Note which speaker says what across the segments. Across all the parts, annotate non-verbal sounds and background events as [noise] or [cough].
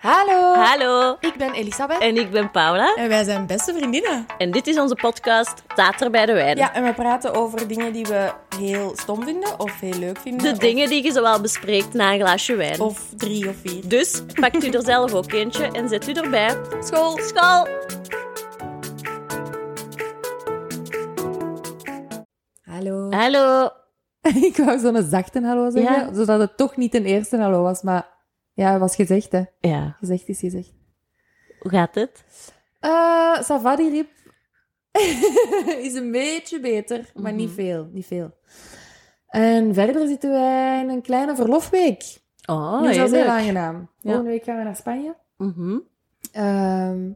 Speaker 1: Hallo.
Speaker 2: Hallo,
Speaker 1: Ik ben Elisabeth.
Speaker 2: en ik ben Paula.
Speaker 1: En wij zijn beste vriendinnen.
Speaker 2: En dit is onze podcast Tater bij de Wijn.
Speaker 1: Ja, en we praten over dingen die we heel stom vinden of heel leuk vinden.
Speaker 2: De
Speaker 1: of-
Speaker 2: dingen die je zowel bespreekt na een glaasje wijn.
Speaker 1: Of drie of vier.
Speaker 2: Dus pakt u er zelf ook eentje en zet u erbij.
Speaker 1: School.
Speaker 2: School!
Speaker 1: Hallo.
Speaker 2: Hallo.
Speaker 3: [laughs] Ik wou zo'n zachte hallo zeggen,
Speaker 2: Ja.
Speaker 3: zodat het toch niet een eerste hallo was, maar ja, het was gezegd, hè.
Speaker 2: Ja,
Speaker 3: Gezegd is gezegd.
Speaker 2: hoe gaat het?
Speaker 3: Eh Savadi Rip [laughs] is een beetje beter, maar
Speaker 1: Mhm.
Speaker 3: niet veel, niet veel. En verder zitten wij in een kleine verlofweek. dus
Speaker 2: Oh,
Speaker 3: dat is
Speaker 2: heerlijk.
Speaker 3: heel aangenaam. Volgende week gaan we naar Spanje.
Speaker 2: Mhm.
Speaker 3: Ehm,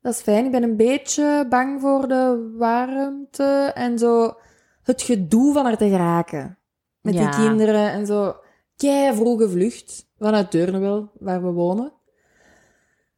Speaker 3: dat is fijn. Ik ben een beetje bang voor de warmte en zo het gedoe van er te geraken. Met
Speaker 2: Ja.
Speaker 3: die kinderen en zo. Kei vroege vlucht vanuit Deurnewil, waar we wonen.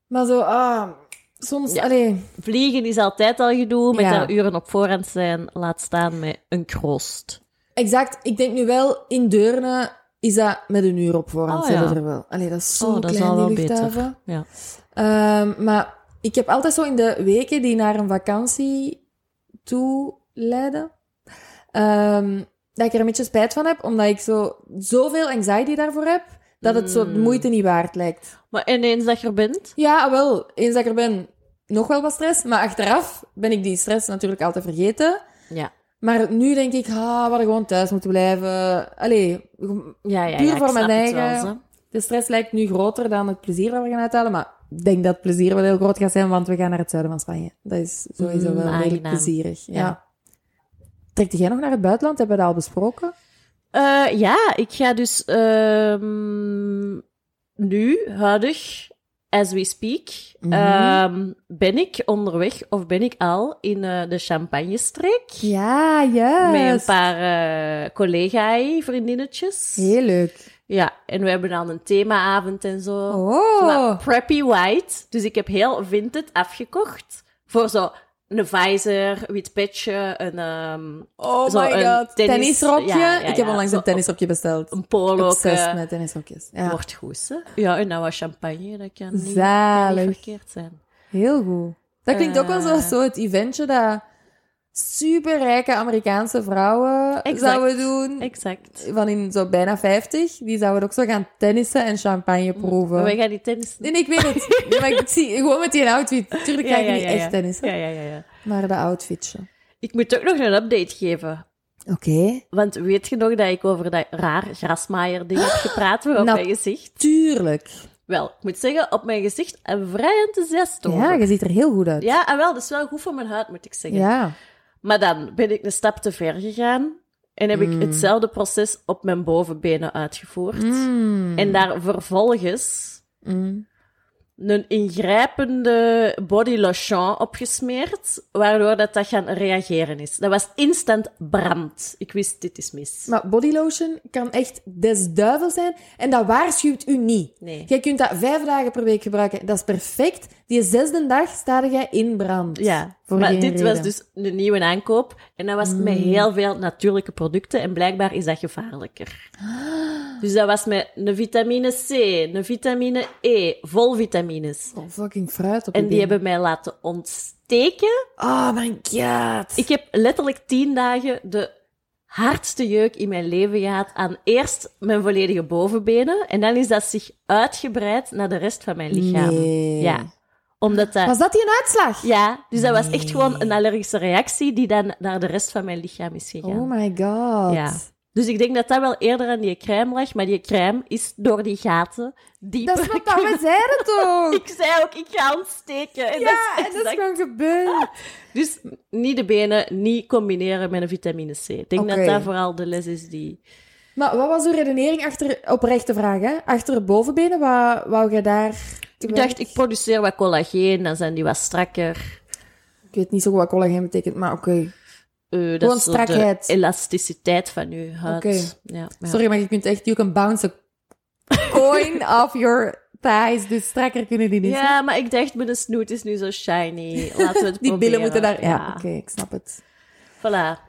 Speaker 3: Maar zo, ah, soms,
Speaker 2: Ja.
Speaker 3: allee,
Speaker 2: Vliegen is altijd al gedoe, met
Speaker 3: Ja.
Speaker 2: daar uren op voorhand zijn, laat staan met een kroost.
Speaker 3: exact. Ik denk nu wel, in Deurne is dat met een uur op voorhand,
Speaker 2: Oh,
Speaker 3: zijn we
Speaker 2: ja.
Speaker 3: er wel. Allee, dat is zo
Speaker 2: Oh, dat is
Speaker 3: klein,
Speaker 2: al
Speaker 3: die
Speaker 2: wel beter.
Speaker 3: luchthaven.
Speaker 2: Ja.
Speaker 3: Ehm, maar ik heb altijd zo in de weken die naar een vakantie toe leiden, ehm, dat ik er een beetje spijt van heb, omdat ik zo, zoveel anxiety daarvoor heb, dat het zo de
Speaker 2: Mm.
Speaker 3: moeite niet waard lijkt.
Speaker 2: Maar ineens dat je er bent,
Speaker 3: Ja, ah, wel, eens dat ik er ben, nog wel wat stress, maar achteraf ben ik die stress natuurlijk altijd vergeten.
Speaker 2: Ja.
Speaker 3: Maar nu denk ik, ah, we hadden gewoon thuis moeten blijven. Allee,
Speaker 2: ja, ja, ja,
Speaker 3: Puur
Speaker 2: ik
Speaker 3: voor mijn
Speaker 2: snap het wel,
Speaker 3: eigen-
Speaker 2: zo.
Speaker 3: de stress lijkt nu groter dan het plezier dat we gaan uithalen, maar ik denk dat het plezier wel heel groot gaat zijn, want we gaan naar het zuiden van Spanje. Dat is sowieso
Speaker 2: Mm,
Speaker 3: wel redelijk
Speaker 2: aangenaam.
Speaker 3: plezierig. Ja.
Speaker 2: Ja.
Speaker 3: Trekt jij nog naar het buitenland? Hebben we dat al besproken?
Speaker 2: Eh, ja, ik ga dus ehm, nu, huidig, as we speak,
Speaker 3: Mhm.
Speaker 2: ehm, ben ik onderweg of ben ik al in eh, de Champagne-streek
Speaker 3: Ja,
Speaker 2: met een
Speaker 3: juist.
Speaker 2: paar eh collega-vriendinnetjes.
Speaker 3: Heel leuk.
Speaker 2: Ja, en we hebben dan een themaavond en zo. Maar
Speaker 3: Oh.
Speaker 2: preppy white, dus ik heb heel vintage afgekocht voor zo een visor, wit petje, een, ehm,
Speaker 3: Oh
Speaker 2: zo een tennis-
Speaker 3: tennisrokje.
Speaker 2: ja, ja,
Speaker 3: ik heb
Speaker 2: ja.
Speaker 3: onlangs
Speaker 2: Zo-
Speaker 3: een tennisrokje besteld.
Speaker 2: een polo.
Speaker 3: Obsessed met tennisrokjes. Ja.
Speaker 2: Wordt goed, hè? Ja, en nou wat champagne, dat kan niet, kan niet
Speaker 3: Zalig.
Speaker 2: verkeerd zijn.
Speaker 3: Heel goed. Dat klinkt ook wel zo,
Speaker 2: Eh.
Speaker 3: zo het eventje dat superrijke Amerikaanse vrouwen
Speaker 2: Exact.
Speaker 3: zouden doen.
Speaker 2: Exact.
Speaker 3: van in zo bijna 50, die zouden ook zo gaan tennissen en champagne
Speaker 2: Mm,
Speaker 3: proeven.
Speaker 2: We gaan die tennis...
Speaker 3: Nee, nee, ik weet het.
Speaker 2: [laughs]
Speaker 3: Nee, maar ik zie gewoon met die outfit. Tuurlijk ga ik niet echt tennissen.
Speaker 2: Ja, ja, ja, ja.
Speaker 3: Maar de outfitje.
Speaker 2: Ik moet ook nog een update geven.
Speaker 3: Oké.
Speaker 2: Want weet je nog dat ik over dat raar grasmaaier-ding heb gepraat voor op
Speaker 3: Nou.
Speaker 2: mijn gezicht?
Speaker 3: Tuurlijk.
Speaker 2: Wel, ik moet zeggen, op mijn gezicht eh, vrij enthousiast over.
Speaker 3: Ja, je ziet er heel goed uit.
Speaker 2: Ja, en wel, dat is wel goed voor mijn huid, moet ik zeggen.
Speaker 3: Ja.
Speaker 2: Maar dan ben ik een stap te ver gegaan en heb ik hetzelfde proces op mijn bovenbenen uitgevoerd.
Speaker 3: Mm.
Speaker 2: En daar vervolgens
Speaker 3: Mm.
Speaker 2: een ingrijpende body lotion opgesmeerd, waardoor dat, dat gaan reageren is. Dat was instant brand. Ik wist, dit is mis.
Speaker 3: Maar bodylotion kan echt des duivel zijn. En dat waarschuwt u niet.
Speaker 2: Nee.
Speaker 3: Jij kunt dat vijf dagen per week gebruiken. Dat is perfect. Die zesde dag sta jij in brand.
Speaker 2: Ja,
Speaker 3: Voor
Speaker 2: maar
Speaker 3: geen
Speaker 2: dit was
Speaker 3: reden. Mm.
Speaker 2: dus een nieuwe aankoop. En dat was met heel veel natuurlijke producten. En blijkbaar is dat gevaarlijker.
Speaker 3: Ah.
Speaker 2: Dus dat was met een vitamine C, een vitamine E, vol vitamines.
Speaker 3: Oh, fucking fruit op je
Speaker 2: En die
Speaker 3: benen.
Speaker 2: hebben mij laten ontsteken.
Speaker 3: Oh my god.
Speaker 2: Ik heb letterlijk tien dagen de hardste jeuk in mijn leven gehad aan eerst mijn volledige bovenbenen. En dan is dat zich uitgebreid naar de rest van mijn lichaam.
Speaker 3: Nee.
Speaker 2: Ja. Omdat dat...
Speaker 3: Was dat die een uitslag?
Speaker 2: Ja, dus dat was echt gewoon een allergische reactie die dan naar de rest van mijn lichaam is gegaan.
Speaker 3: Oh my god.
Speaker 2: Ja. Dus ik denk dat dat wel eerder aan die crème lag, maar die crème is door die gaten dieper.
Speaker 3: Dat is wat dat we zeiden
Speaker 2: [laughs]
Speaker 3: toch?
Speaker 2: Ik zei ook, ik ga ontsteken. En
Speaker 3: ja,
Speaker 2: dat is
Speaker 3: en dat is
Speaker 2: exact-
Speaker 3: gewoon gebeurd.
Speaker 2: Dus niet de benen, niet combineren met een vitamine C. Ik denk
Speaker 3: Oké.
Speaker 2: dat dat vooral de les is die...
Speaker 3: Maar wat was uw redenering achter, oprechte vraag, hè? Achter bovenbenen, wat wou jij daar...
Speaker 2: Ik dacht, ik produceer wat collageen, dan zijn die wat strakker.
Speaker 3: Ik weet niet zo goed wat collageen betekent, maar oké.
Speaker 2: Eh, dat
Speaker 3: Gewoon
Speaker 2: is zo
Speaker 3: strakheid.
Speaker 2: de elasticiteit van je huid.
Speaker 3: Oké.
Speaker 2: Ja, ja.
Speaker 3: Sorry, maar je kunt echt... You can bounce a coin
Speaker 2: [laughs]
Speaker 3: off your thighs. Dus strakker kunnen die niet. hè?
Speaker 2: Ja, maar ik dacht, mijn snoet is nu zo shiny.
Speaker 3: [laughs]
Speaker 2: Laten we het
Speaker 3: Die
Speaker 2: proberen.
Speaker 3: billen moeten daar... Ja,
Speaker 2: Ja,
Speaker 3: oké, ik snap het.
Speaker 2: voilà.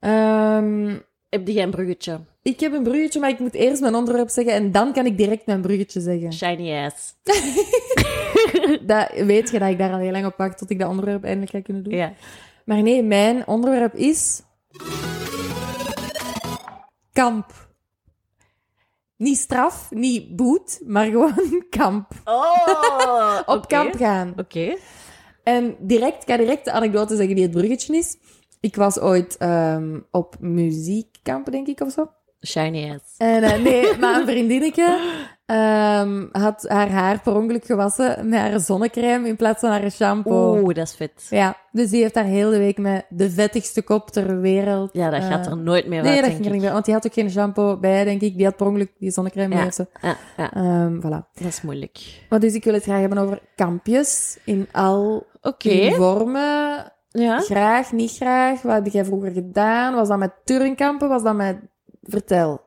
Speaker 3: Ehm,
Speaker 2: Heb je een bruggetje?
Speaker 3: Ik heb een bruggetje, maar ik moet eerst mijn onderwerp zeggen en dan kan ik direct mijn bruggetje zeggen.
Speaker 2: Shiny ass.
Speaker 3: Dat, weet je dat ik daar al heel lang op wacht tot ik dat onderwerp eindelijk ga kunnen doen?
Speaker 2: Ja.
Speaker 3: Maar nee, mijn onderwerp is... Kamp. Niet straf, niet boet, maar gewoon [laughs] kamp.
Speaker 2: Oh!
Speaker 3: [laughs] Op kamp gaan.
Speaker 2: Oké.
Speaker 3: En direct, ik ga direct de anekdote zeggen die het bruggetje is. Ik was ooit ehm, op muziekkamp, denk ik, of zo.
Speaker 2: Shiny ass.
Speaker 3: En, eh, nee,
Speaker 2: [laughs]
Speaker 3: maar een vriendinnetje ehm, had haar haar per ongeluk gewassen met haar zonnecrème in plaats van haar shampoo.
Speaker 2: Oeh, dat is vet.
Speaker 3: Ja, dus die heeft haar heel de week met de vettigste kop ter wereld.
Speaker 2: Ja, dat gaat
Speaker 3: eh,
Speaker 2: er nooit meer
Speaker 3: Nee,
Speaker 2: uit,
Speaker 3: dat
Speaker 2: denk
Speaker 3: ging er niet
Speaker 2: ik.
Speaker 3: bij, want die had ook geen shampoo bij, denk ik. Die had per ongeluk die zonnecrème
Speaker 2: Ja.
Speaker 3: mee. of zo.
Speaker 2: Ah, ja,
Speaker 3: Ehm, voilà.
Speaker 2: dat is moeilijk.
Speaker 3: Maar dus ik wil het graag hebben over kampjes in al
Speaker 2: Oké.
Speaker 3: hun vormen.
Speaker 2: Ja.
Speaker 3: Graag, niet graag. Wat heb jij vroeger gedaan? Was dat met turnkampen? Was dat met... Vertel.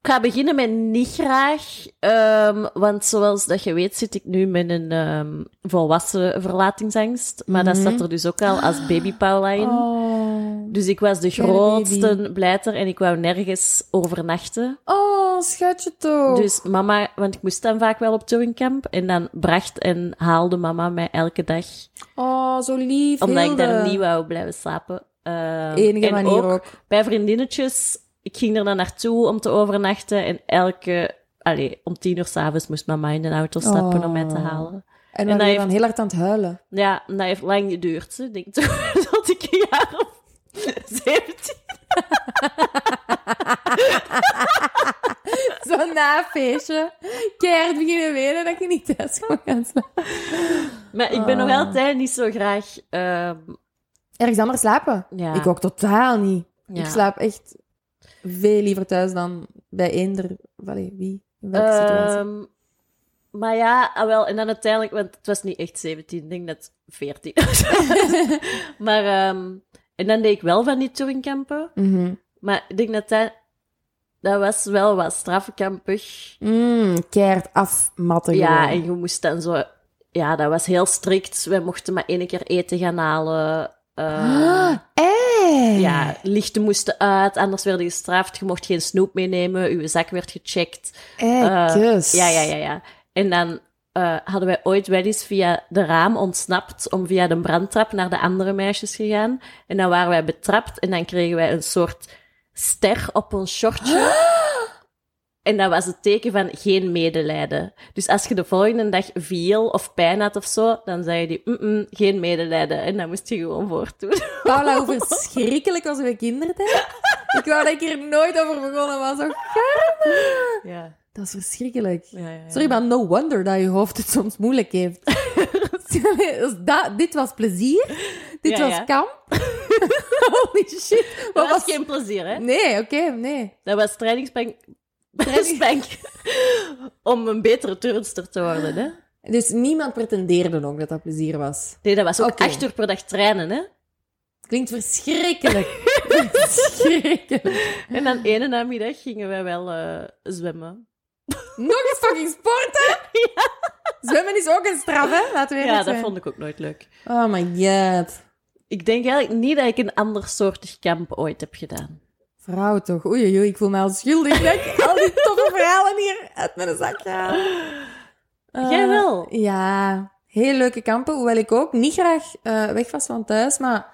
Speaker 2: Ik ga beginnen met niet graag, ehm, want zoals dat je weet zit ik nu met een ehm, volwassen verlatingsangst. Maar
Speaker 3: Mhm.
Speaker 2: dat zat er dus ook al als baby Pauline.
Speaker 3: Oh.
Speaker 2: Dus ik was de
Speaker 3: Kleine
Speaker 2: grootste
Speaker 3: baby.
Speaker 2: blijter en ik wou nergens overnachten.
Speaker 3: Oh, schatje toch.
Speaker 2: Dus mama, want ik moest dan vaak wel op turnkamp. En dan bracht en haalde mama mij elke dag.
Speaker 3: Oh, zo lief.
Speaker 2: Omdat ik daar
Speaker 3: Hilde.
Speaker 2: niet wou blijven slapen. Ehm,
Speaker 3: Enige
Speaker 2: en
Speaker 3: manier ook.
Speaker 2: bij vriendinnetjes. Ik ging er dan naartoe om te overnachten. En elke... Allee, om tien uur s'avonds moest mama in de auto stappen om mij te
Speaker 3: Oh.
Speaker 2: halen.
Speaker 3: En
Speaker 2: dat
Speaker 3: dan ben je
Speaker 2: heeft-
Speaker 3: dan heel hard aan het [laughs] huilen.
Speaker 2: Ja, en dat heeft lang geduurd. hè. Ik [laughs] denk toen dat ik een jaar of [laughs] 17
Speaker 3: Zo na een feestje. Keihard beginnen wenen dat je niet thuis kon gaan slapen.
Speaker 2: Maar ik ben nog
Speaker 3: Ah.
Speaker 2: altijd niet zo graag... ehm,
Speaker 3: Ergens anders slapen?
Speaker 2: ja.
Speaker 3: Ik ook totaal niet.
Speaker 2: Ja.
Speaker 3: Ik slaap echt veel liever thuis dan bij eender... Allee, wie? In welke situatie?
Speaker 2: Ehm, maar ja, ah, wel, en dan uiteindelijk, want het was niet echt 17, ik denk dat het 14 was. [laughs] maar, ehm, en dan deed ik wel van die touringkampen,
Speaker 3: [laughs] Mhm.
Speaker 2: maar ik denk dat dat, dat was wel wat strafkampig.
Speaker 3: Mm, keihard afmatten
Speaker 2: Ja,
Speaker 3: gewoon.
Speaker 2: en je moest dan zo, ja, dat was heel strikt. Wij mochten maar één keer eten gaan halen. Ehm,
Speaker 3: Ah, echt?
Speaker 2: Ja, lichten moesten uit, anders werden je gestraft. Je mocht geen snoep meenemen, je zak werd gecheckt. Eh,
Speaker 3: Ekkes.
Speaker 2: Ja, ja, ja, ja. En dan eh, hadden wij ooit wel eens via de raam ontsnapt om via de brandtrap naar de andere meisjes gegaan. En dan waren wij betrapt en dan kregen wij een soort ster op ons shortje. [gasps] En dat was het teken van geen medelijden. Dus als je de volgende dag viel of pijn had of zo, dan zei je die, "Mm, mm, geen medelijden. En dan moest je gewoon voortdoen.
Speaker 3: Paula, hoe verschrikkelijk was uw kindertijd? Ik wou dat ik hier nooit over begonnen was. Zo
Speaker 2: Ja,
Speaker 3: Dat is verschrikkelijk.
Speaker 2: ja, ja.
Speaker 3: Sorry, maar no wonder dat je hoofd het soms moeilijk heeft. [laughs] Dus dat, dit was plezier. Dit
Speaker 2: Ja,
Speaker 3: was
Speaker 2: ja. [laughs]
Speaker 3: kamp. Holy shit.
Speaker 2: [laughs] Dat
Speaker 3: Wat
Speaker 2: was
Speaker 3: was...
Speaker 2: geen plezier, hè?
Speaker 3: Nee, oké, nee.
Speaker 2: Dat was trainingspank.
Speaker 3: [laughs]
Speaker 2: om een betere turnster te worden, hè?
Speaker 3: Dus niemand pretendeerde ook dat dat plezier was.
Speaker 2: Nee, dat was ook
Speaker 3: Oké.
Speaker 2: acht uur per dag trainen, hè?
Speaker 3: Klinkt
Speaker 2: [laughs]
Speaker 3: verschrikkelijk. verschrikkelijk.
Speaker 2: En dan
Speaker 3: Ah.
Speaker 2: ene namiddag gingen wij wel eh, zwemmen.
Speaker 3: Nog eens fucking sporten?
Speaker 2: [laughs]
Speaker 3: Zwemmen is ook een straf, hè? Laten we
Speaker 2: Ja,
Speaker 3: eerlijk
Speaker 2: dat
Speaker 3: zijn.
Speaker 2: vond ik ook nooit leuk.
Speaker 3: Oh my god.
Speaker 2: Ik denk eigenlijk niet dat ik een ander soortig kamp ooit heb gedaan.
Speaker 3: Vrouw toch. Oei, oei, oei, ik voel me al schuldig dat ik al die toffe verhalen hier uit mijn zak haal. Eh,
Speaker 2: [laughs] Jij wel?
Speaker 3: Ja, heel leuke kampen. Hoewel ik ook niet graag eh, weg was van thuis. Maar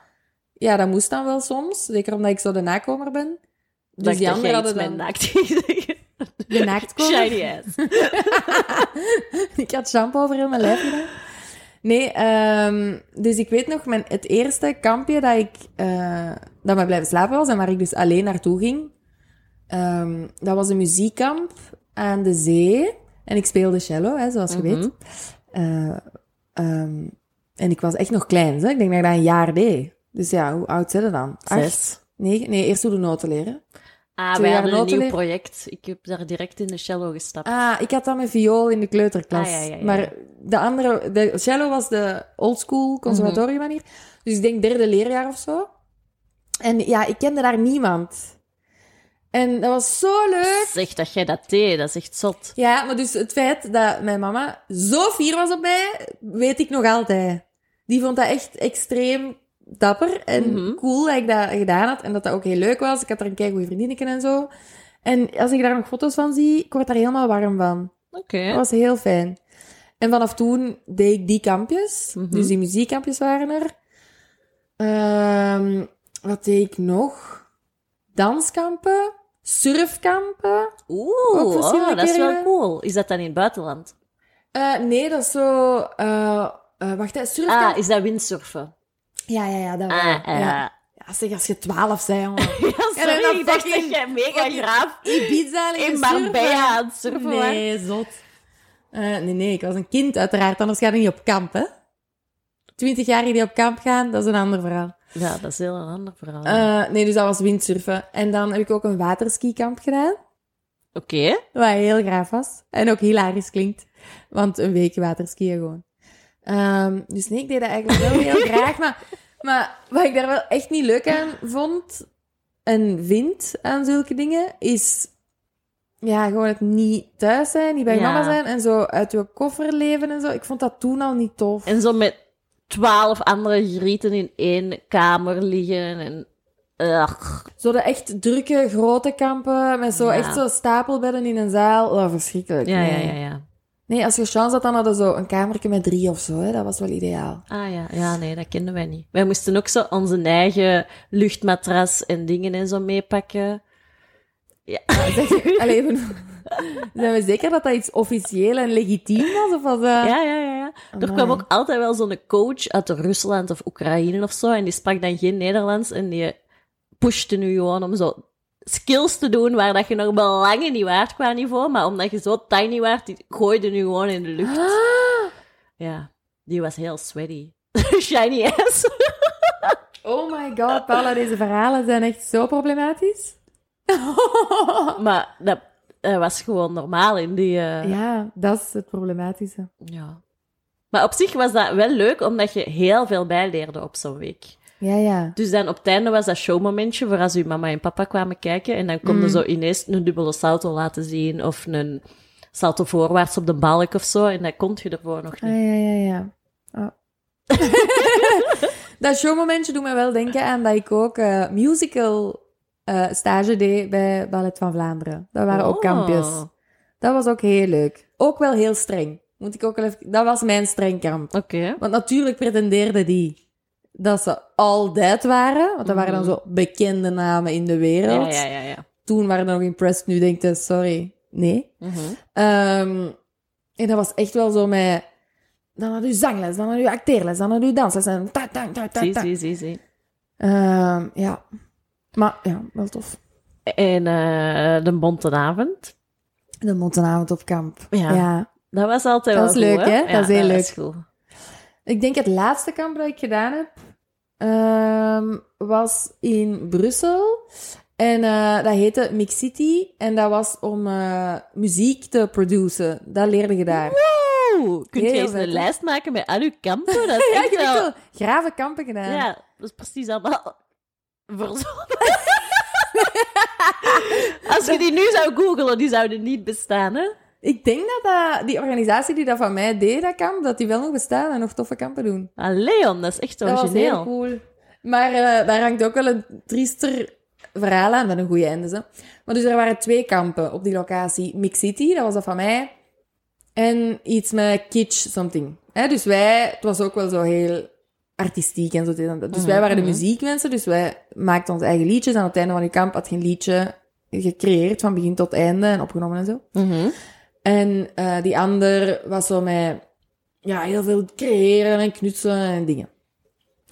Speaker 3: ja, dat moest dan wel soms. Zeker omdat ik zo de nakomer ben. Dus
Speaker 2: Dacht
Speaker 3: die
Speaker 2: dat
Speaker 3: anderen
Speaker 2: jij iets
Speaker 3: hadden
Speaker 2: met
Speaker 3: dan
Speaker 2: naakt ging [laughs] zeggen.
Speaker 3: de naaktkomer.
Speaker 2: Shiny ass.
Speaker 3: [laughs] ik had shampoo over heel mijn lijf gedaan. Nee, ehm, dus ik weet nog, mijn, het eerste kampje dat ik, eh, dat mij blijven slapen was en waar ik dus alleen naartoe ging, ehm, dat was een muziekkamp aan de zee. En ik speelde cello, hè, zoals je
Speaker 2: Mhm.
Speaker 3: weet. Eh, ehm, en ik was echt nog klein, hè? ik denk dat ik dat een jaar deed. Dus ja, hoe oud zijn we dan?
Speaker 2: Zes.
Speaker 3: Negen? Nee, eerst hoe de noten leren.
Speaker 2: Ah,
Speaker 3: Twee
Speaker 2: wij
Speaker 3: jaar
Speaker 2: hadden een nieuw
Speaker 3: notenleer.
Speaker 2: project. Ik heb daar direct in de cello gestapt.
Speaker 3: Ah, ik had dat met viool in de kleuterklas.
Speaker 2: Ah, ja, ja, ja.
Speaker 3: Maar de andere, de cello was de oldschool conservatorium
Speaker 2: Mhm.
Speaker 3: manier. Dus ik denk derde leerjaar of zo. En ja, ik kende daar niemand. En dat was zo leuk.
Speaker 2: Zeg dat jij dat deed, dat is echt zot.
Speaker 3: Ja, maar dus het feit dat mijn mama zo fier was op mij, weet ik nog altijd. Die vond dat echt extreem dapper en
Speaker 2: Mhm.
Speaker 3: cool dat ik dat gedaan had. En dat dat ook heel leuk was. Ik had er een keigoede vriendinnetje en zo. En als ik daar nog foto's van zie, ik word daar helemaal warm van.
Speaker 2: Oké.
Speaker 3: Dat was heel fijn. En vanaf toen deed ik die kampjes.
Speaker 2: Mhm.
Speaker 3: Dus die muziekkampjes waren er. Ehm, wat deed ik nog? Danskampen. Surfkampen. Ook
Speaker 2: Oeh, oh,
Speaker 3: verschillende
Speaker 2: dat is wel
Speaker 3: keren.
Speaker 2: cool. Is dat dan in het buitenland?
Speaker 3: Eh, nee, dat is zo... eh, eh, wacht, hè, surfkampen.
Speaker 2: Ah, is dat windsurfen?
Speaker 3: Ja, ja, ja, dat wel.
Speaker 2: Ah, eh.
Speaker 3: ja. Ja, zeg, als je twaalf bent,
Speaker 2: [laughs]
Speaker 3: jongen.
Speaker 2: Ja, sorry,
Speaker 3: dan
Speaker 2: ik dacht
Speaker 3: fucking-
Speaker 2: dat jij mega
Speaker 3: fucking-
Speaker 2: graaf
Speaker 3: Ibiza, liggen
Speaker 2: in Marbella
Speaker 3: surfen.
Speaker 2: aan het surfen was.
Speaker 3: Nee, zot. Eh, nee, nee, ik was een kind uiteraard, anders ga je niet op kamp, hè. Twintigjarigen die op kamp gaan, dat is een ander verhaal.
Speaker 2: [laughs] Ja, dat is heel een ander verhaal.
Speaker 3: Eh, nee, dus dat was windsurfen. En dan heb ik ook een waterskikamp gedaan,
Speaker 2: Oké.
Speaker 3: wat heel graaf was. En ook hilarisch klinkt, want een week waterskiën gewoon. Ehm, dus nee, ik deed dat eigenlijk wel heel
Speaker 2: [laughs]
Speaker 3: graag. Maar, maar wat ik daar wel echt niet leuk aan vond en vind aan zulke dingen, is ja, gewoon het niet thuis zijn, niet bij je
Speaker 2: Ja.
Speaker 3: mama zijn en zo uit je koffer leven en zo. Ik vond dat toen al niet tof.
Speaker 2: En zo met twaalf andere grieten in één kamer liggen en... Ugh.
Speaker 3: Zo de echt drukke, grote kampen met zo
Speaker 2: Ja.
Speaker 3: echt zo stapelbedden in een zaal. Oh, verschrikkelijk.
Speaker 2: Ja, ja,
Speaker 3: nee.
Speaker 2: ja, ja.
Speaker 3: Nee, als je chance had, dan hadden we zo een kamertje met drie of zo. Hè. Dat was wel
Speaker 2: [laughs]
Speaker 3: ideaal.
Speaker 2: Ah ja, ja, nee, dat kenden wij niet. Wij moesten ook zo onze eigen luchtmatras en dingen en zo meepakken.
Speaker 3: Allee, even... Zijn we zeker dat dat iets officieel en legitiem was? Of was dat...
Speaker 2: Ja, ja, ja. ja. Er
Speaker 3: Amai.
Speaker 2: kwam ook altijd wel zo'n coach uit Rusland of Oekraïne of zo. En die sprak dan geen Nederlands. En die pushte nu gewoon om zo skills te doen waar dat je nog belangen niet waard qua niveau. Maar omdat je zo tiny waard, die gooide nu gewoon in de lucht. Ja, die was heel sweaty. [laughs] Shiny ass.
Speaker 3: [gasps] Oh my god, Paula, deze verhalen zijn echt zo
Speaker 2: [laughs]
Speaker 3: problematisch.
Speaker 2: maar dat eh, was gewoon normaal in die... eh,
Speaker 3: ja, dat is het problematische.
Speaker 2: Ja. Maar op zich was dat wel leuk, omdat je heel veel bijleerde op zo'n week.
Speaker 3: Ja, ja.
Speaker 2: Dus dan op het einde was dat showmomentje voor als uw mama en papa kwamen kijken. En dan
Speaker 3: Mm.
Speaker 2: konden zo ineens een dubbele salto laten zien of een salto voorwaarts op de balk of zo. En dat kon je ervoor nog
Speaker 3: Ah,
Speaker 2: niet.
Speaker 3: ja, ja, ja. Oh. [laughs] dat showmomentje doet me wel denken aan dat ik ook eh, musical eh, stage deed bij Ballet van Vlaanderen. Dat waren ook kampjes.
Speaker 2: Oh,
Speaker 3: Dat was ook heel leuk. Ook wel heel streng. Moet ik ook wel even... Dat was mijn streng kamp.
Speaker 2: Oké.
Speaker 3: Want natuurlijk pretendeerden die dat ze al dead waren. Want dat waren dan
Speaker 2: Mhm.
Speaker 3: zo bekende namen in de wereld.
Speaker 2: Ja, ja, ja. ja.
Speaker 3: Toen waren er nog impressed. Nu denk je, sorry, nee.
Speaker 2: Mhm.
Speaker 3: Ehm, en dat was echt wel zo met... Dan had u zangles, dan had u acteerles, dan had u dansles. En ta, ta, ta, ta,
Speaker 2: Zie,
Speaker 3: ta.
Speaker 2: zie, zie, zie.
Speaker 3: Ehm, ja. Maar ja, wel tof.
Speaker 2: En eh, de bonte avond.
Speaker 3: De montenavond op kamp.
Speaker 2: Ja.
Speaker 3: ja.
Speaker 2: Dat was altijd
Speaker 3: Dat
Speaker 2: wel
Speaker 3: is
Speaker 2: goed,
Speaker 3: leuk, hè?
Speaker 2: Ja,
Speaker 3: Dat is heel
Speaker 2: is goed.
Speaker 3: Ik denk het laatste kamp dat ik gedaan heb, ehm, was in Brussel. En eh, dat heette Mix City. En dat was om eh, muziek te produceren. Dat leerde je daar.
Speaker 2: Oeh, kun je
Speaker 3: Heel
Speaker 2: eens
Speaker 3: vet,
Speaker 2: een
Speaker 3: hè?
Speaker 2: lijst maken met al uw kampen? Dat is
Speaker 3: [laughs] Ja, ik
Speaker 2: echt
Speaker 3: heb echt
Speaker 2: wel...
Speaker 3: wel grave kampen gedaan.
Speaker 2: Ja, dat is precies allemaal [laughs] verzonnen. Als je die nu zou googlen, die zouden niet bestaan, hè?
Speaker 3: Ik denk dat, dat die organisatie die dat van mij deed, dat kamp, dat die wel nog bestaan en nog toffe kampen doen.
Speaker 2: Ah, Leon, dat is echt
Speaker 3: Dat was heel
Speaker 2: origineel.
Speaker 3: cool. Maar eh, daar hangt ook wel een triester verhaal aan met een goede einde. Hè? Maar dus er waren twee kampen op die locatie. Mix City, dat was dat van mij. En iets met kitsch something. Hè? Dus wij, het was ook wel zo heel artistiek en zo. dit en dat. Dus wij waren de
Speaker 2: Mhm.
Speaker 3: muziekmensen, dus wij maakten ons eigen liedjes. Aan het einde van die kamp had je een liedje gecreëerd van begin tot einde en opgenomen en zo.
Speaker 2: Mhm.
Speaker 3: En eh, die ander was zo met ja, heel veel creëren en knutselen en dingen.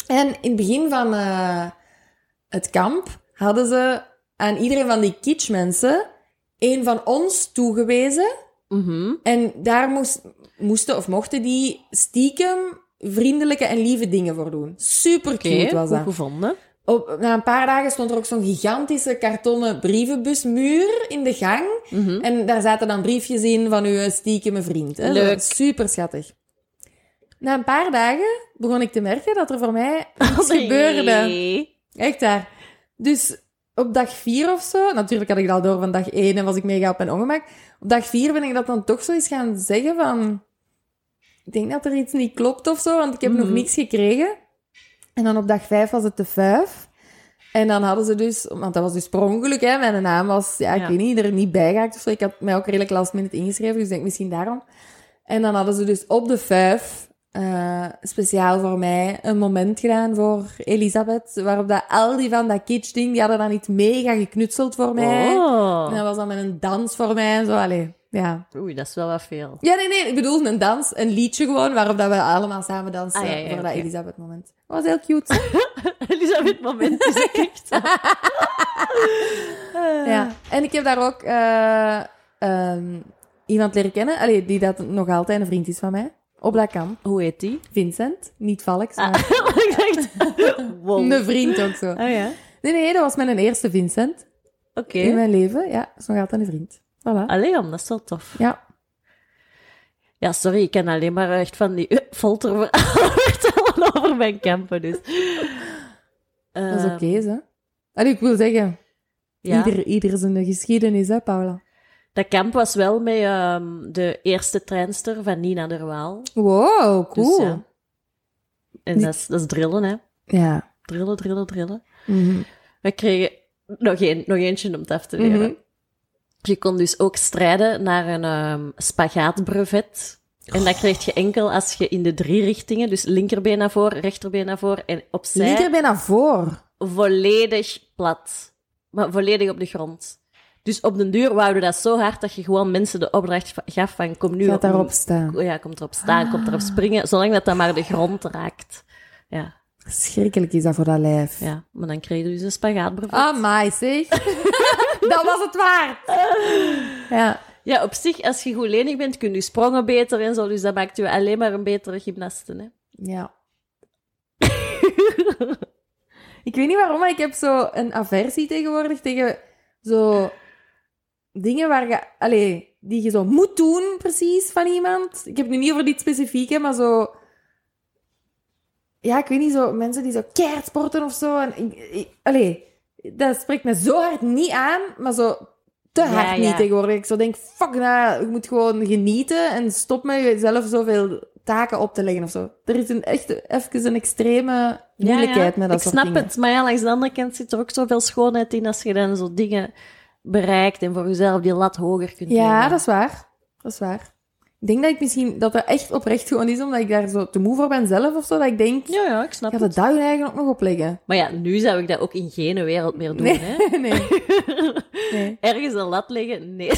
Speaker 3: En in het begin van eh, het kamp hadden ze aan iedereen van die kitschmensen een van ons toegewezen.
Speaker 2: Mhm.
Speaker 3: En daar moest, moesten of mochten die stiekem vriendelijke en lieve dingen voor doen. Super
Speaker 2: Oké,
Speaker 3: cute was
Speaker 2: goed
Speaker 3: dat.
Speaker 2: gevonden.
Speaker 3: Op, na een paar dagen stond er ook zo'n gigantische kartonnen brievenbusmuur in de gang.
Speaker 2: Mhm.
Speaker 3: En daar zaten dan briefjes in van uw stiekeme vriend. Hè?
Speaker 2: Leuk.
Speaker 3: Super schattig. Na een paar dagen begon ik te merken dat er voor mij iets
Speaker 2: Nee.
Speaker 3: gebeurde. Echt waar. Dus op dag vier of zo, natuurlijk had ik dat al door van dag één en was ik mega op mijn ongemak. Op dag vier ben ik dat dan toch zo eens gaan zeggen van... Ik denk dat er iets niet klopt of zo, want ik heb nog
Speaker 2: Mhm.
Speaker 3: niks gekregen. En dan op dag vijf was het de vijf. En dan hadden ze dus, want dat was dus per ongeluk, hè. Mijn naam was, ja, ik
Speaker 2: Ja.
Speaker 3: weet niet, er niet bijgehaakt of zo. Ik had mij ook redelijk last minute ingeschreven, dus ik denk misschien daarom. En dan hadden ze dus op de vijf, eh, speciaal voor mij, een moment gedaan voor Elisabeth, waarop dat al die van dat kitsch-ding, die hadden dan iets mega geknutseld voor mij. En
Speaker 2: Oh.
Speaker 3: dat was dan met een dans voor mij en zo, allee, ja.
Speaker 2: Oei, dat is wel wat veel.
Speaker 3: Ja, nee, nee, ik bedoel een dans, een liedje gewoon, waarop dat we allemaal samen dansen
Speaker 2: Ah, ja, ja,
Speaker 3: voor dat
Speaker 2: oké.
Speaker 3: Elisabeth-moment. Dat was heel cute.
Speaker 2: [laughs] Elisabeth Moment is echt...
Speaker 3: Ja, en ik heb daar ook eh, ehm, iemand leren kennen, allee, die dat nog altijd een vriend is van mij. Op dat kamp.
Speaker 2: [laughs] Hoe heet die?
Speaker 3: Vincent, niet Valks,
Speaker 2: Ah.
Speaker 3: maar
Speaker 2: [laughs] ik dacht... [laughs] Wow.
Speaker 3: een vriend ook zo.
Speaker 2: Oh ja,
Speaker 3: Nee, nee, dat was mijn eerste Vincent
Speaker 2: oké.
Speaker 3: in mijn leven. Ja, dat is nog altijd een vriend. Voilà.
Speaker 2: Allee, Jan, dat is wel tof.
Speaker 3: Ja.
Speaker 2: Ja, sorry, ik ken alleen maar echt van die eh, folterverhalen [laughs] vertellen over mijn kampen, dus...
Speaker 3: Dat is
Speaker 2: Ehm,
Speaker 3: oké, hè. Allee, ik wil zeggen,
Speaker 2: ja.
Speaker 3: ieder, ieder zijn geschiedenis, hè, Paula.
Speaker 2: Dat kamp was wel met ehm, de eerste treinster van Nina Derwaal.
Speaker 3: Wow, cool.
Speaker 2: Dus, ja. En dat is, dat is drillen, hè.
Speaker 3: ja.
Speaker 2: Drillen, drillen, drillen.
Speaker 3: Mhm.
Speaker 2: We kregen nog, een, nog eentje om het af te leren.
Speaker 3: Mhm.
Speaker 2: Je kon dus ook strijden naar een ehm spagaatbrevet. En
Speaker 3: Oh.
Speaker 2: dat kreeg je enkel als je in de drie richtingen, dus linkerbeen naar voren, rechterbeen naar voren en opzij,
Speaker 3: Linker bijna voor.
Speaker 2: volledig plat. Maar volledig op de grond. Dus op den duur wouden we dat zo hard dat je gewoon mensen de opdracht va- gaf van kom nu
Speaker 3: Gaat
Speaker 2: op-
Speaker 3: daarop Ah. staan.
Speaker 2: Ja, komt erop staan, komt erop springen, zolang dat dat maar de grond raakt. Ja,
Speaker 3: Schrikkelijk is dat voor dat lijf.
Speaker 2: ja. Maar dan kreeg je dus een spagaatbrevet.
Speaker 3: Amai, zeg. [laughs] dat was het waard. Ja.
Speaker 2: Ja, op zich, als je goed lenig bent, kun je sprongen beter en zo. Dus dat maakt je alleen maar een betere gymnaste. Hè?
Speaker 3: ja. ik weet niet waarom, maar ik heb zo een aversie tegenwoordig tegen zo dingen waar je... Allee, die je zo moet doen, precies, van iemand. Ik heb het nu niet over dit specifieke, maar zo... Ja, ik weet niet, zo mensen die zo keihard sporten of zo. En, ik- ik- allee, dat spreekt me zo hard niet aan, maar zo te
Speaker 2: Ja,
Speaker 3: hard niet
Speaker 2: ja.
Speaker 3: tegenwoordig. Ik zo denk, fuck nou, ik moet gewoon genieten en stop met jezelf zoveel taken op te leggen of zo. Er is een echt even een extreme moeilijkheid met dat
Speaker 2: Ik
Speaker 3: soort
Speaker 2: snap
Speaker 3: dingen.
Speaker 2: het, maar ja, langs de andere kant zit er ook zoveel schoonheid in als je dan zo dingen bereikt en voor jezelf die lat hoger kunt
Speaker 3: Ja,
Speaker 2: leggen.
Speaker 3: dat is waar. Dat is waar. Ik denk dat ik misschien dat dat echt oprecht gewoon is, omdat ik daar zo te moe voor ben zelf of zo, dat ik denk,
Speaker 2: Ja, ja, ik snap
Speaker 3: ga
Speaker 2: het.
Speaker 3: dat daar je eigen ook nog opleggen.
Speaker 2: Maar ja, nu zou ik dat ook in geen wereld meer doen.
Speaker 3: Nee,
Speaker 2: Hè?
Speaker 3: [laughs] nee,
Speaker 2: [laughs]
Speaker 3: nee.
Speaker 2: Ergens een lat
Speaker 3: [laughs]
Speaker 2: leggen? Nee.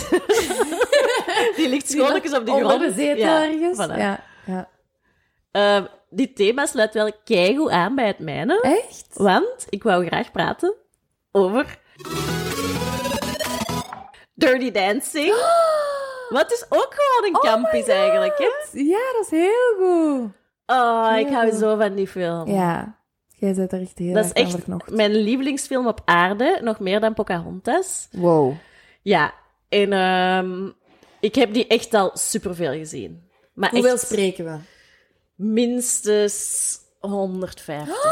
Speaker 2: die ligt schoonlijkjes op de grond.
Speaker 3: Onder de zetel
Speaker 2: Ja,
Speaker 3: ergens.
Speaker 2: voilà.
Speaker 3: Ja, ja.
Speaker 2: Ehm, die thema sluit wel keigoed aan bij het mijne.
Speaker 3: Echt?
Speaker 2: Want ik wou graag praten over. Dirty Dancing.
Speaker 3: [gasps]
Speaker 2: Wat dus ook gewoon een kamp
Speaker 3: Oh
Speaker 2: is eigenlijk, hè?
Speaker 3: Ja, dat is heel goed.
Speaker 2: Oh, ik hou
Speaker 3: Ja.
Speaker 2: zo van die film.
Speaker 3: Ja, jij bent er echt heel
Speaker 2: dat is
Speaker 3: erg aan
Speaker 2: echt
Speaker 3: verknocht.
Speaker 2: mijn lievelingsfilm op aarde. Nog meer dan Pocahontas.
Speaker 3: Wow.
Speaker 2: Ja, en ehm, ik heb die echt al superveel gezien. Maar
Speaker 3: Hoeveel
Speaker 2: echt
Speaker 3: spreken we?
Speaker 2: minstens 150. ik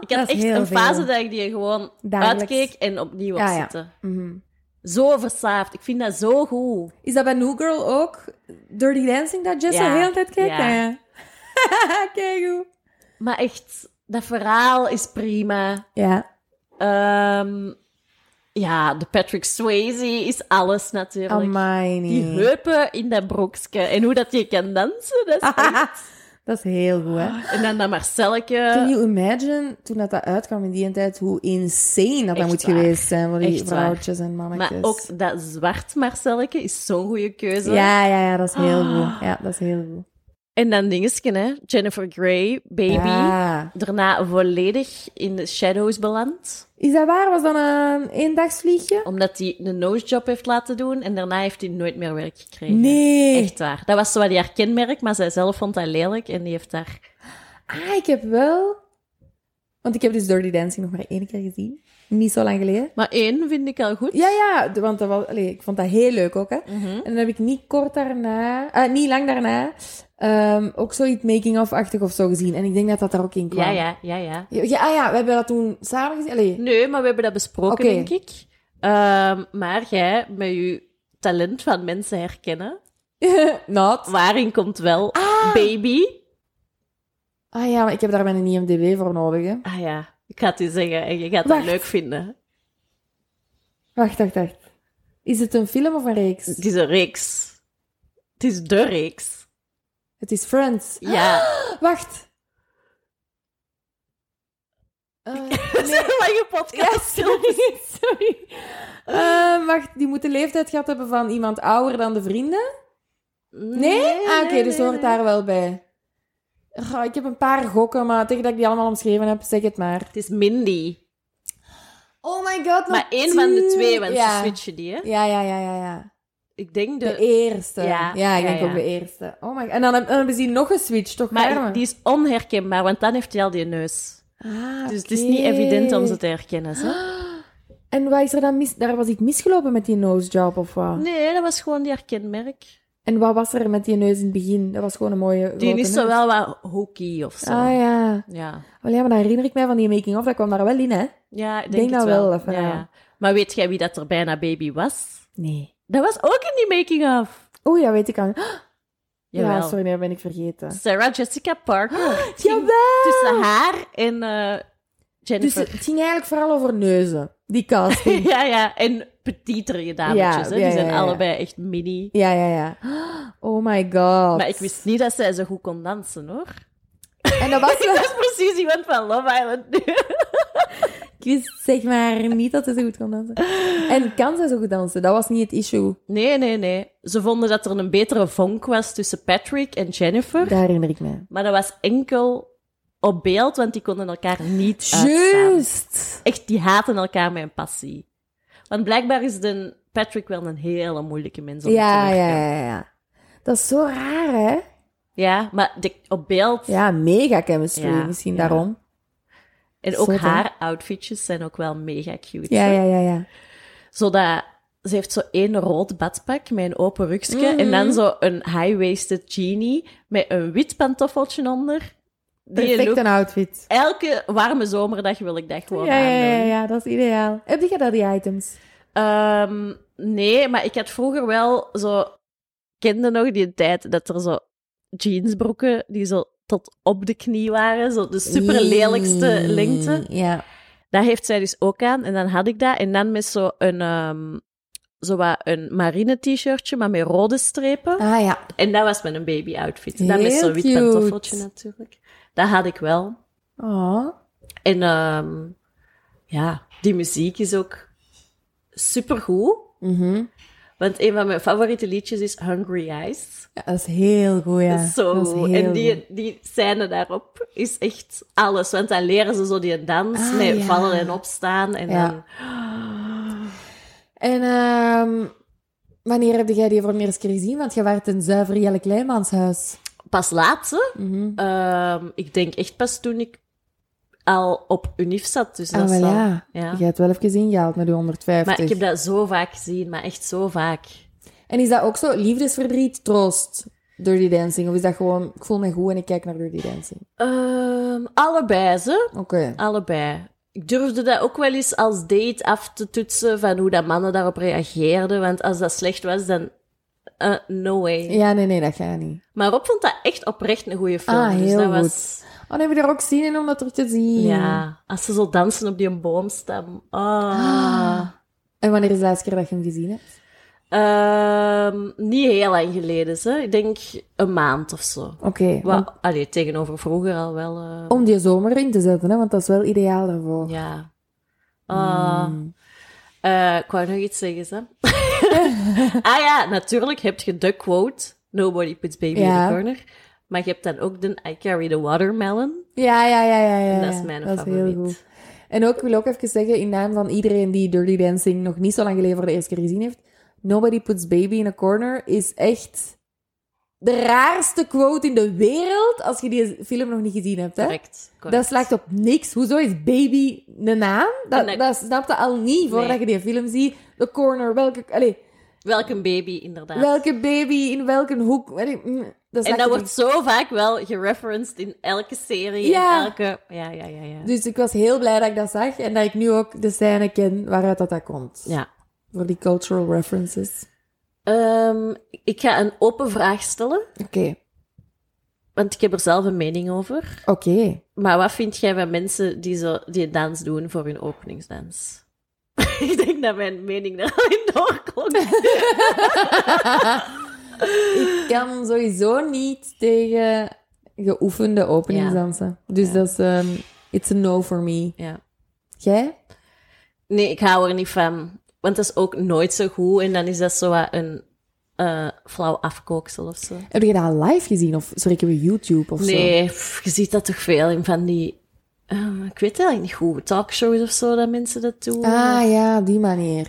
Speaker 3: Oh, dat
Speaker 2: had
Speaker 3: is
Speaker 2: echt
Speaker 3: heel
Speaker 2: een fase
Speaker 3: veel.
Speaker 2: dat ik die gewoon
Speaker 3: Dagelijks.
Speaker 2: uitkeek en opnieuw
Speaker 3: Ja, ja.
Speaker 2: opzette.
Speaker 3: Mhm.
Speaker 2: Zo verslaafd. Ik vind dat zo goed.
Speaker 3: Is dat bij New Girl ook? Dirty Dancing, dat Jess
Speaker 2: Ja,
Speaker 3: de hele tijd kijkt?
Speaker 2: ja.
Speaker 3: Ah, [laughs] Ja. Kijk hoe.
Speaker 2: Maar echt, dat verhaal is prima.
Speaker 3: Ja.
Speaker 2: Ehm, ja, de Patrick Swayze is alles natuurlijk.
Speaker 3: Amai,
Speaker 2: Die
Speaker 3: nee.
Speaker 2: heupen in dat broekje en hoe dat je kan dansen. Dat
Speaker 3: Ah.
Speaker 2: is echt-
Speaker 3: [laughs] dat is heel goed, hè?
Speaker 2: En dan dat
Speaker 3: Can
Speaker 2: Marcelke.
Speaker 3: you imagine, toen dat, dat uitkwam in die tijd, hoe insane dat dat
Speaker 2: Echt
Speaker 3: moet
Speaker 2: waar.
Speaker 3: geweest zijn voor die
Speaker 2: Echt waar.
Speaker 3: vrouwtjes en mannetjes.
Speaker 2: Maar ook dat zwart Marcelke is zo'n goede keuze.
Speaker 3: Ja, ja, ja, dat is heel
Speaker 2: Ah.
Speaker 3: goed. Ja, dat is heel goed.
Speaker 2: En dan dingetje, hè. Jennifer Grey, Baby.
Speaker 3: Ja.
Speaker 2: Daarna volledig in de shadows beland.
Speaker 3: Is dat waar? Was dat een eendagsvliegje?
Speaker 2: Omdat hij een nosejob heeft laten doen en daarna heeft hij nooit meer werk gekregen.
Speaker 3: Nee.
Speaker 2: Echt waar. Dat was zo wat haar kenmerk, maar zij zelf vond dat lelijk en die heeft daar...
Speaker 3: Ah, ik heb wel... Want ik heb dus Dirty Dancing nog maar één keer gezien. Niet zo lang geleden.
Speaker 2: Maar één vind ik al goed.
Speaker 3: Ja, ja, d- want dat was, allee, ik vond dat heel leuk ook. Hè.
Speaker 2: Mhm.
Speaker 3: En dan heb ik niet kort daarna, ah, niet lang daarna, ehm, ook zoiets making-of-achtig of zo gezien. En ik denk dat dat daar ook in kwam.
Speaker 2: Ja, ja, ja, ja.
Speaker 3: Ja, ja, ah ja, we hebben dat toen samen gezien. Allee, [laughs]
Speaker 2: Nee, maar we hebben dat besproken,
Speaker 3: Oké.
Speaker 2: denk ik. Ehm, maar jij, met je talent van mensen herkennen,
Speaker 3: not.
Speaker 2: waarin komt wel baby?
Speaker 3: Ah ja, maar ik heb daar mijn IMDB voor nodig, hè.
Speaker 2: Ah ja, ik ga het u zeggen en je gaat het
Speaker 3: Wacht.
Speaker 2: leuk vinden.
Speaker 3: Wacht, wacht, wacht. Is het een film of een reeks?
Speaker 2: Het is een reeks. Het is de reeks.
Speaker 3: Het is Friends. [gasps]
Speaker 2: Ja.
Speaker 3: Wacht.
Speaker 2: [laughs]
Speaker 3: Eh,
Speaker 2: Dat is een lange podcast.
Speaker 3: sorry.
Speaker 2: [laughs]
Speaker 3: Eh, wacht, die moet de leeftijd gehad hebben van iemand ouder dan de vrienden? Nee? ah, oké, dus
Speaker 2: nee,
Speaker 3: hoort
Speaker 2: nee.
Speaker 3: daar wel bij. Goh, ik heb een paar gokken, maar tegen dat ik die allemaal omschreven heb, zeg het maar.
Speaker 2: Het is Mindy.
Speaker 3: Oh my god,
Speaker 2: Maar één van de twee, want
Speaker 3: ja.
Speaker 2: ze switchen die, hè?
Speaker 3: Ja, ja, ja, ja, ja.
Speaker 2: Ik denk
Speaker 3: De,
Speaker 2: de...
Speaker 3: eerste.
Speaker 2: Ja,
Speaker 3: Ja, ik
Speaker 2: ja,
Speaker 3: denk
Speaker 2: ja.
Speaker 3: ook de eerste. Oh my god. En dan, heb- dan hebben ze die nog geswitcht, toch?
Speaker 2: Maar
Speaker 3: Carmen?
Speaker 2: die is onherkenbaar, want dan heeft hij al die neus.
Speaker 3: Ah,
Speaker 2: Dus het is niet
Speaker 3: oké.
Speaker 2: evident om ze te herkennen, hè?
Speaker 3: En wat is er dan mis... Daar was ik misgelopen met die nosejob of wat?
Speaker 2: Nee, dat was gewoon die herkenmerk.
Speaker 3: En wat was er met die neus in het begin? Dat was gewoon een mooie
Speaker 2: Die
Speaker 3: grote
Speaker 2: is zo
Speaker 3: neus.
Speaker 2: wel wat hockey of zo.
Speaker 3: Ah ja.
Speaker 2: ja.
Speaker 3: Oh, ja, maar dan herinner ik mij van die making-of. Dat kwam daar wel in, hè?
Speaker 2: Ja, ik denk,
Speaker 3: Denk
Speaker 2: het
Speaker 3: dat
Speaker 2: wel.
Speaker 3: wel, even,
Speaker 2: ja.
Speaker 3: ja.
Speaker 2: ja. Maar weet jij wie dat er bijna baby was?
Speaker 3: Nee.
Speaker 2: Dat was ook in die making-of.
Speaker 3: Oeh, dat weet ik al.
Speaker 2: Jawel.
Speaker 3: Ja, sorry, nee, dat ben ik vergeten.
Speaker 2: Sarah Jessica [gasps] Parker. Het ging
Speaker 3: Jawel!
Speaker 2: Tussen haar en eh,
Speaker 3: Dus
Speaker 2: Jennifer.
Speaker 3: het ging eigenlijk vooral over neuzen. Die [laughs] casting.
Speaker 2: [laughs] ja, ja. En petiterie dametjes.
Speaker 3: Ja,
Speaker 2: hè. Die
Speaker 3: ja,
Speaker 2: zijn
Speaker 3: ja, ja.
Speaker 2: allebei echt mini.
Speaker 3: ja, ja, ja. Oh my god.
Speaker 2: Maar ik wist niet dat zij zo goed kon dansen, hoor. [laughs]
Speaker 3: En dat was [laughs]
Speaker 2: Dat
Speaker 3: wel...
Speaker 2: is precies iemand van Love Island nu.
Speaker 3: ik wist zeg maar niet dat ze zo goed kon dansen. En kan ze zo goed dansen? Dat was niet het issue.
Speaker 2: Nee, nee, nee. Ze vonden dat er een betere vonk was tussen Patrick en Jennifer.
Speaker 3: Daar herinner ik Ah, mij.
Speaker 2: Maar dat was enkel op beeld, want die konden elkaar niet uitstaan.
Speaker 3: Juist!
Speaker 2: Echt, die haten elkaar met een passie. Want blijkbaar is de Patrick wel een hele moeilijke mens om mee
Speaker 3: Ja,
Speaker 2: te
Speaker 3: ja,
Speaker 2: werken.
Speaker 3: ja, ja. Dat is zo raar, hè?
Speaker 2: Ja, maar de- op beeld...
Speaker 3: Ja, mega chemistry.
Speaker 2: Ja,
Speaker 3: misschien
Speaker 2: ja.
Speaker 3: daarom.
Speaker 2: en ook
Speaker 3: zot, hè?
Speaker 2: haar outfitjes zijn ook wel mega cute.
Speaker 3: Ja,
Speaker 2: hè.
Speaker 3: ja, ja, ja.
Speaker 2: Zodat... Ze heeft zo één rood badpak met een open rugje en
Speaker 3: Mm.
Speaker 2: dan zo een high-waisted genie met een wit pantoffeltje onder. Die
Speaker 3: Perfect
Speaker 2: look,
Speaker 3: een outfit.
Speaker 2: elke warme zomerdag wil ik dat gewoon
Speaker 3: Ja, ja,
Speaker 2: aandoen.
Speaker 3: ja, ja, dat is ideaal. Heb je daar die items?
Speaker 2: Ehm, nee, maar ik had vroeger wel zo... ik kende nog die tijd dat er zo jeansbroeken die zo tot op de knie waren. Zo de super lelijkste
Speaker 3: Mm,
Speaker 2: lengte.
Speaker 3: Ja.
Speaker 2: Dat heeft zij dus ook aan. En dan had ik dat. En dan met zo een... ehm, zo wat een marine t-shirtje, maar met rode strepen.
Speaker 3: Ah ja.
Speaker 2: En dat was mijn baby outfit. En dan met
Speaker 3: Heel
Speaker 2: zo'n wit
Speaker 3: cute.
Speaker 2: pantoffeltje natuurlijk. Dat had ik wel.
Speaker 3: Oh.
Speaker 2: En ehm, ja, die muziek is ook supergoed.
Speaker 3: Mhm.
Speaker 2: Want een van mijn favoriete liedjes is Hungry Eyes.
Speaker 3: Ja, dat is heel goed, ja.
Speaker 2: Dat is zo
Speaker 3: Dat is
Speaker 2: goed.
Speaker 3: heel
Speaker 2: En die,
Speaker 3: goed.
Speaker 2: die scène daarop is echt alles. Want dan leren ze zo die dans
Speaker 3: Ah,
Speaker 2: met
Speaker 3: ja.
Speaker 2: vallen en opstaan. En
Speaker 3: Ja.
Speaker 2: dan...
Speaker 3: En ehm, wanneer heb jij die voor het eerst keer gezien? Want jij waart een zuiver Jelle Kleinmaanshuis.
Speaker 2: Pas laatste,
Speaker 3: Mhm.
Speaker 2: ik denk echt pas toen ik al op Unif zat. Dus
Speaker 3: Ah,
Speaker 2: dat
Speaker 3: wel
Speaker 2: zal-
Speaker 3: ja.
Speaker 2: ja.
Speaker 3: Je hebt wel even ingehaald met je 150.
Speaker 2: Maar ik heb dat zo vaak gezien, maar echt zo vaak.
Speaker 3: En is dat ook zo liefdesverdriet, troost, Dirty Dancing? Of is dat gewoon, ik voel me goed en ik kijk naar Dirty Dancing?
Speaker 2: Ehm, allebei ze.
Speaker 3: Oké.
Speaker 2: Ah, Allebei. Ik durfde dat ook wel eens als date af te toetsen van hoe dat mannen daarop reageerden. Want als dat slecht was, dan eh, no way.
Speaker 3: Ja, nee, nee, dat gaat niet.
Speaker 2: Maar Rob vond dat echt oprecht een goede film.
Speaker 3: Ah,
Speaker 2: dus
Speaker 3: heel
Speaker 2: dat
Speaker 3: goed.
Speaker 2: was.
Speaker 3: Oh, dan heb je er ook zin in om dat terug te zien.
Speaker 2: Ja, als ze zo dansen op die boomstam. Ah.
Speaker 3: En wanneer is de laatste keer dat je hem gezien hebt?
Speaker 2: Ehm, niet heel lang geleden, ze. Ik denk een maand of zo.
Speaker 3: Oké.
Speaker 2: Wa-
Speaker 3: want-
Speaker 2: allee, tegenover vroeger al wel. eh,
Speaker 3: Om die zomer in te zetten, hè, want dat is wel ideaal daarvoor.
Speaker 2: Ja. Ah.
Speaker 3: Hmm.
Speaker 2: Eh, ik wou nog iets zeggen, ze. [laughs] ah ja, natuurlijk heb je de quote, nobody puts baby in
Speaker 3: Ja.
Speaker 2: the corner. Maar je hebt dan ook de I carry the watermelon.
Speaker 3: Ja, ja, ja, ja. ja,
Speaker 2: En dat is
Speaker 3: ja.
Speaker 2: mijn
Speaker 3: dat Is
Speaker 2: favoriet.
Speaker 3: heel goed. En ook, ik wil ook even zeggen, in naam van iedereen die Dirty Dancing nog niet zo lang geleden voor de eerste keer gezien heeft, Nobody Puts Baby in a Corner is echt de raarste quote in de wereld als je die film nog niet gezien hebt. Hè?
Speaker 2: Correct. correct.
Speaker 3: Dat slaagt op niks. Hoezo is baby een naam? Dat,
Speaker 2: Nee.
Speaker 3: dat snapte al niet voordat
Speaker 2: Nee.
Speaker 3: je die film ziet. De corner, welke, allee,
Speaker 2: Welk een baby, inderdaad.
Speaker 3: welke baby in welke hoek. Allee, mm, dat
Speaker 2: en
Speaker 3: slaagt
Speaker 2: dat
Speaker 3: op
Speaker 2: wordt zo vaak wel gereferenced in elke serie. Ja.
Speaker 3: Ja.
Speaker 2: Elke... Ja, ja, ja, ja.
Speaker 3: Dus ik was heel blij dat ik dat zag en dat ik nu ook de scène ken waaruit dat, dat komt.
Speaker 2: ja.
Speaker 3: Voor die cultural references.
Speaker 2: Ehm, ik ga een open vraag stellen.
Speaker 3: Oké.
Speaker 2: Want ik heb er zelf een mening over.
Speaker 3: Oké.
Speaker 2: Maar wat vind jij van mensen die, zo, die een dans doen voor hun openingsdans? [laughs] ik denk dat mijn mening er al in doorklonk.
Speaker 3: [laughs] ik kan sowieso niet tegen geoefende openingsdansen. Dus
Speaker 2: Ja.
Speaker 3: dat is... ehm, it's a no for me.
Speaker 2: ja.
Speaker 3: Jij?
Speaker 2: Nee, ik hou er niet van. Want dat is ook nooit zo goed. En dan is dat zo wat een eh, flauw afkooksel of zo.
Speaker 3: Heb je dat live gezien? Of sorry, ik heb je YouTube of zo?
Speaker 2: Nee, pff, je ziet dat toch veel in van die... eh, ik weet het eigenlijk niet goed. Talkshows of zo, dat mensen dat doen.
Speaker 3: Ah ja, die manier.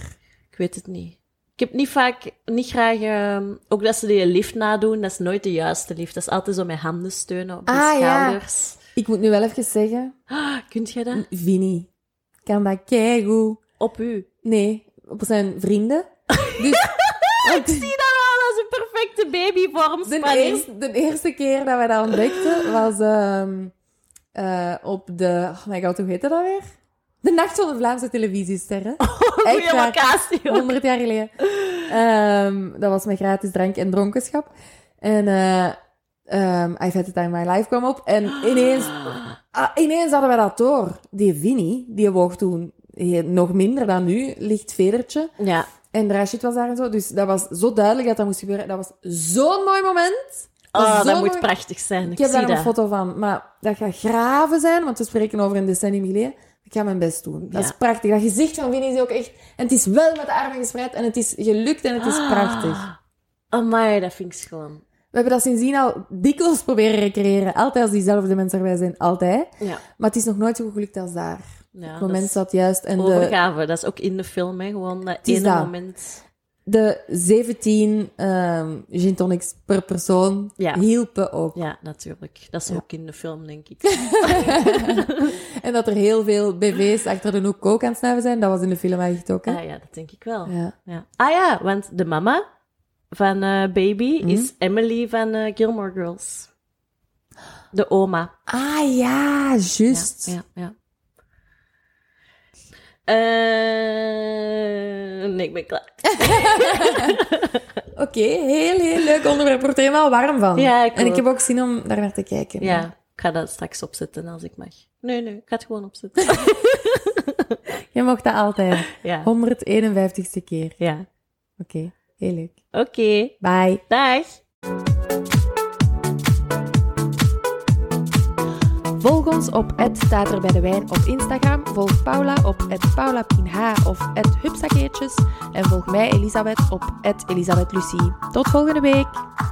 Speaker 2: Ik weet het niet. Ik heb niet vaak, niet graag... ehm, ook dat ze die lift nadoen, dat is nooit de juiste lift. Dat is altijd zo met handen steunen op de
Speaker 3: Ah, ja.
Speaker 2: schouders.
Speaker 3: Ik moet nu wel even zeggen,
Speaker 2: Ah, kunt jij dat?
Speaker 3: Vinnie kan dat keigoed.
Speaker 2: Op u.
Speaker 3: Nee, op zijn vrienden. Dus, ik
Speaker 2: Ah, Zie dat wel als een perfecte
Speaker 3: De
Speaker 2: babyvormspanning.
Speaker 3: eerste, de eerste keer dat we dat ontdekten was ehm, eh, op de. Oh my god, hoe heette dat weer? De Nacht van de Vlaamse Televisiesterren.
Speaker 2: Goeie
Speaker 3: waar.
Speaker 2: locatie, hoor.
Speaker 3: 100 jaar geleden. Ehm, dat was met gratis drank en dronkenschap. En eh ehm I've Had the Time of My Life kwam op. En ineens, ah, ineens hadden we dat door. Die Vinnie, die woog toen eh, nog minder dan nu, licht vedertje.
Speaker 2: Ja,
Speaker 3: En Rashid was daar en zo. Dus dat was zo duidelijk dat dat moest gebeuren. Dat was zo'n mooi moment.
Speaker 2: oh, dat
Speaker 3: Zo'n mooi-
Speaker 2: moet prachtig zijn. Ik,
Speaker 3: Ik heb
Speaker 2: zie
Speaker 3: daar nog
Speaker 2: dat.
Speaker 3: een foto van. Maar dat gaat graven zijn, want we spreken over een decennium geleden. Ik ga mijn best doen. Dat
Speaker 2: Ja.
Speaker 3: is prachtig. Dat gezicht van Winnie is ook echt... En het is wel met de armen gespreid en het is gelukt en het is
Speaker 2: Ah.
Speaker 3: prachtig.
Speaker 2: Amai, dat vind ik schoon.
Speaker 3: We hebben dat sindsdien al dikwijls proberen recreëren. Altijd als diezelfde mensen erbij zijn. Altijd.
Speaker 2: Ja.
Speaker 3: Maar het is nog nooit zo goed gelukt als daar.
Speaker 2: ja
Speaker 3: het
Speaker 2: Ah, dat
Speaker 3: moment
Speaker 2: is
Speaker 3: zat juist. En de,
Speaker 2: overgave, dat is ook in de film, hè. Gewoon dat
Speaker 3: is
Speaker 2: ene
Speaker 3: dat.
Speaker 2: moment.
Speaker 3: de 17 ehm gin tonics per persoon
Speaker 2: Ja.
Speaker 3: hielpen ook.
Speaker 2: Ja, natuurlijk. Dat is ook in de film, denk
Speaker 3: [laughs]
Speaker 2: ik.
Speaker 3: En dat er heel veel BV's achter de hoek ook aan het snuiven zijn. Dat was in de film eigenlijk ook. Hè?
Speaker 2: Ah ja, dat denk ik wel.
Speaker 3: Ja.
Speaker 2: Ja. Ah ja, want de mama van eh, Baby
Speaker 3: Mhm.
Speaker 2: is Emily van eh, Gilmore Girls. De oma.
Speaker 3: Ah ja, juist.
Speaker 2: Ja, ja, ja. Eh, nee, ik ben klaar.
Speaker 3: Oké, heel, heel leuk onderwerp. Wordt er helemaal warm van.
Speaker 2: Ja, ik
Speaker 3: en ik
Speaker 2: ook.
Speaker 3: heb ook zin om daar naar te kijken.
Speaker 2: Ja, ik ga dat straks opzetten als ik mag. Nee, nee, ik ga het gewoon opzetten.
Speaker 3: Je mocht dat altijd.
Speaker 2: [laughs] ja,
Speaker 3: 151ste keer.
Speaker 2: ja.
Speaker 3: Oké, heel leuk.
Speaker 2: Oké,
Speaker 3: Bye.
Speaker 2: dag.
Speaker 3: Volg ons op staat er bij de wijn op Instagram. Volg Paula op paulapinh of hupsakeertjes. En volg mij, Elisabeth, op Elisabeth Lucie. Tot volgende week.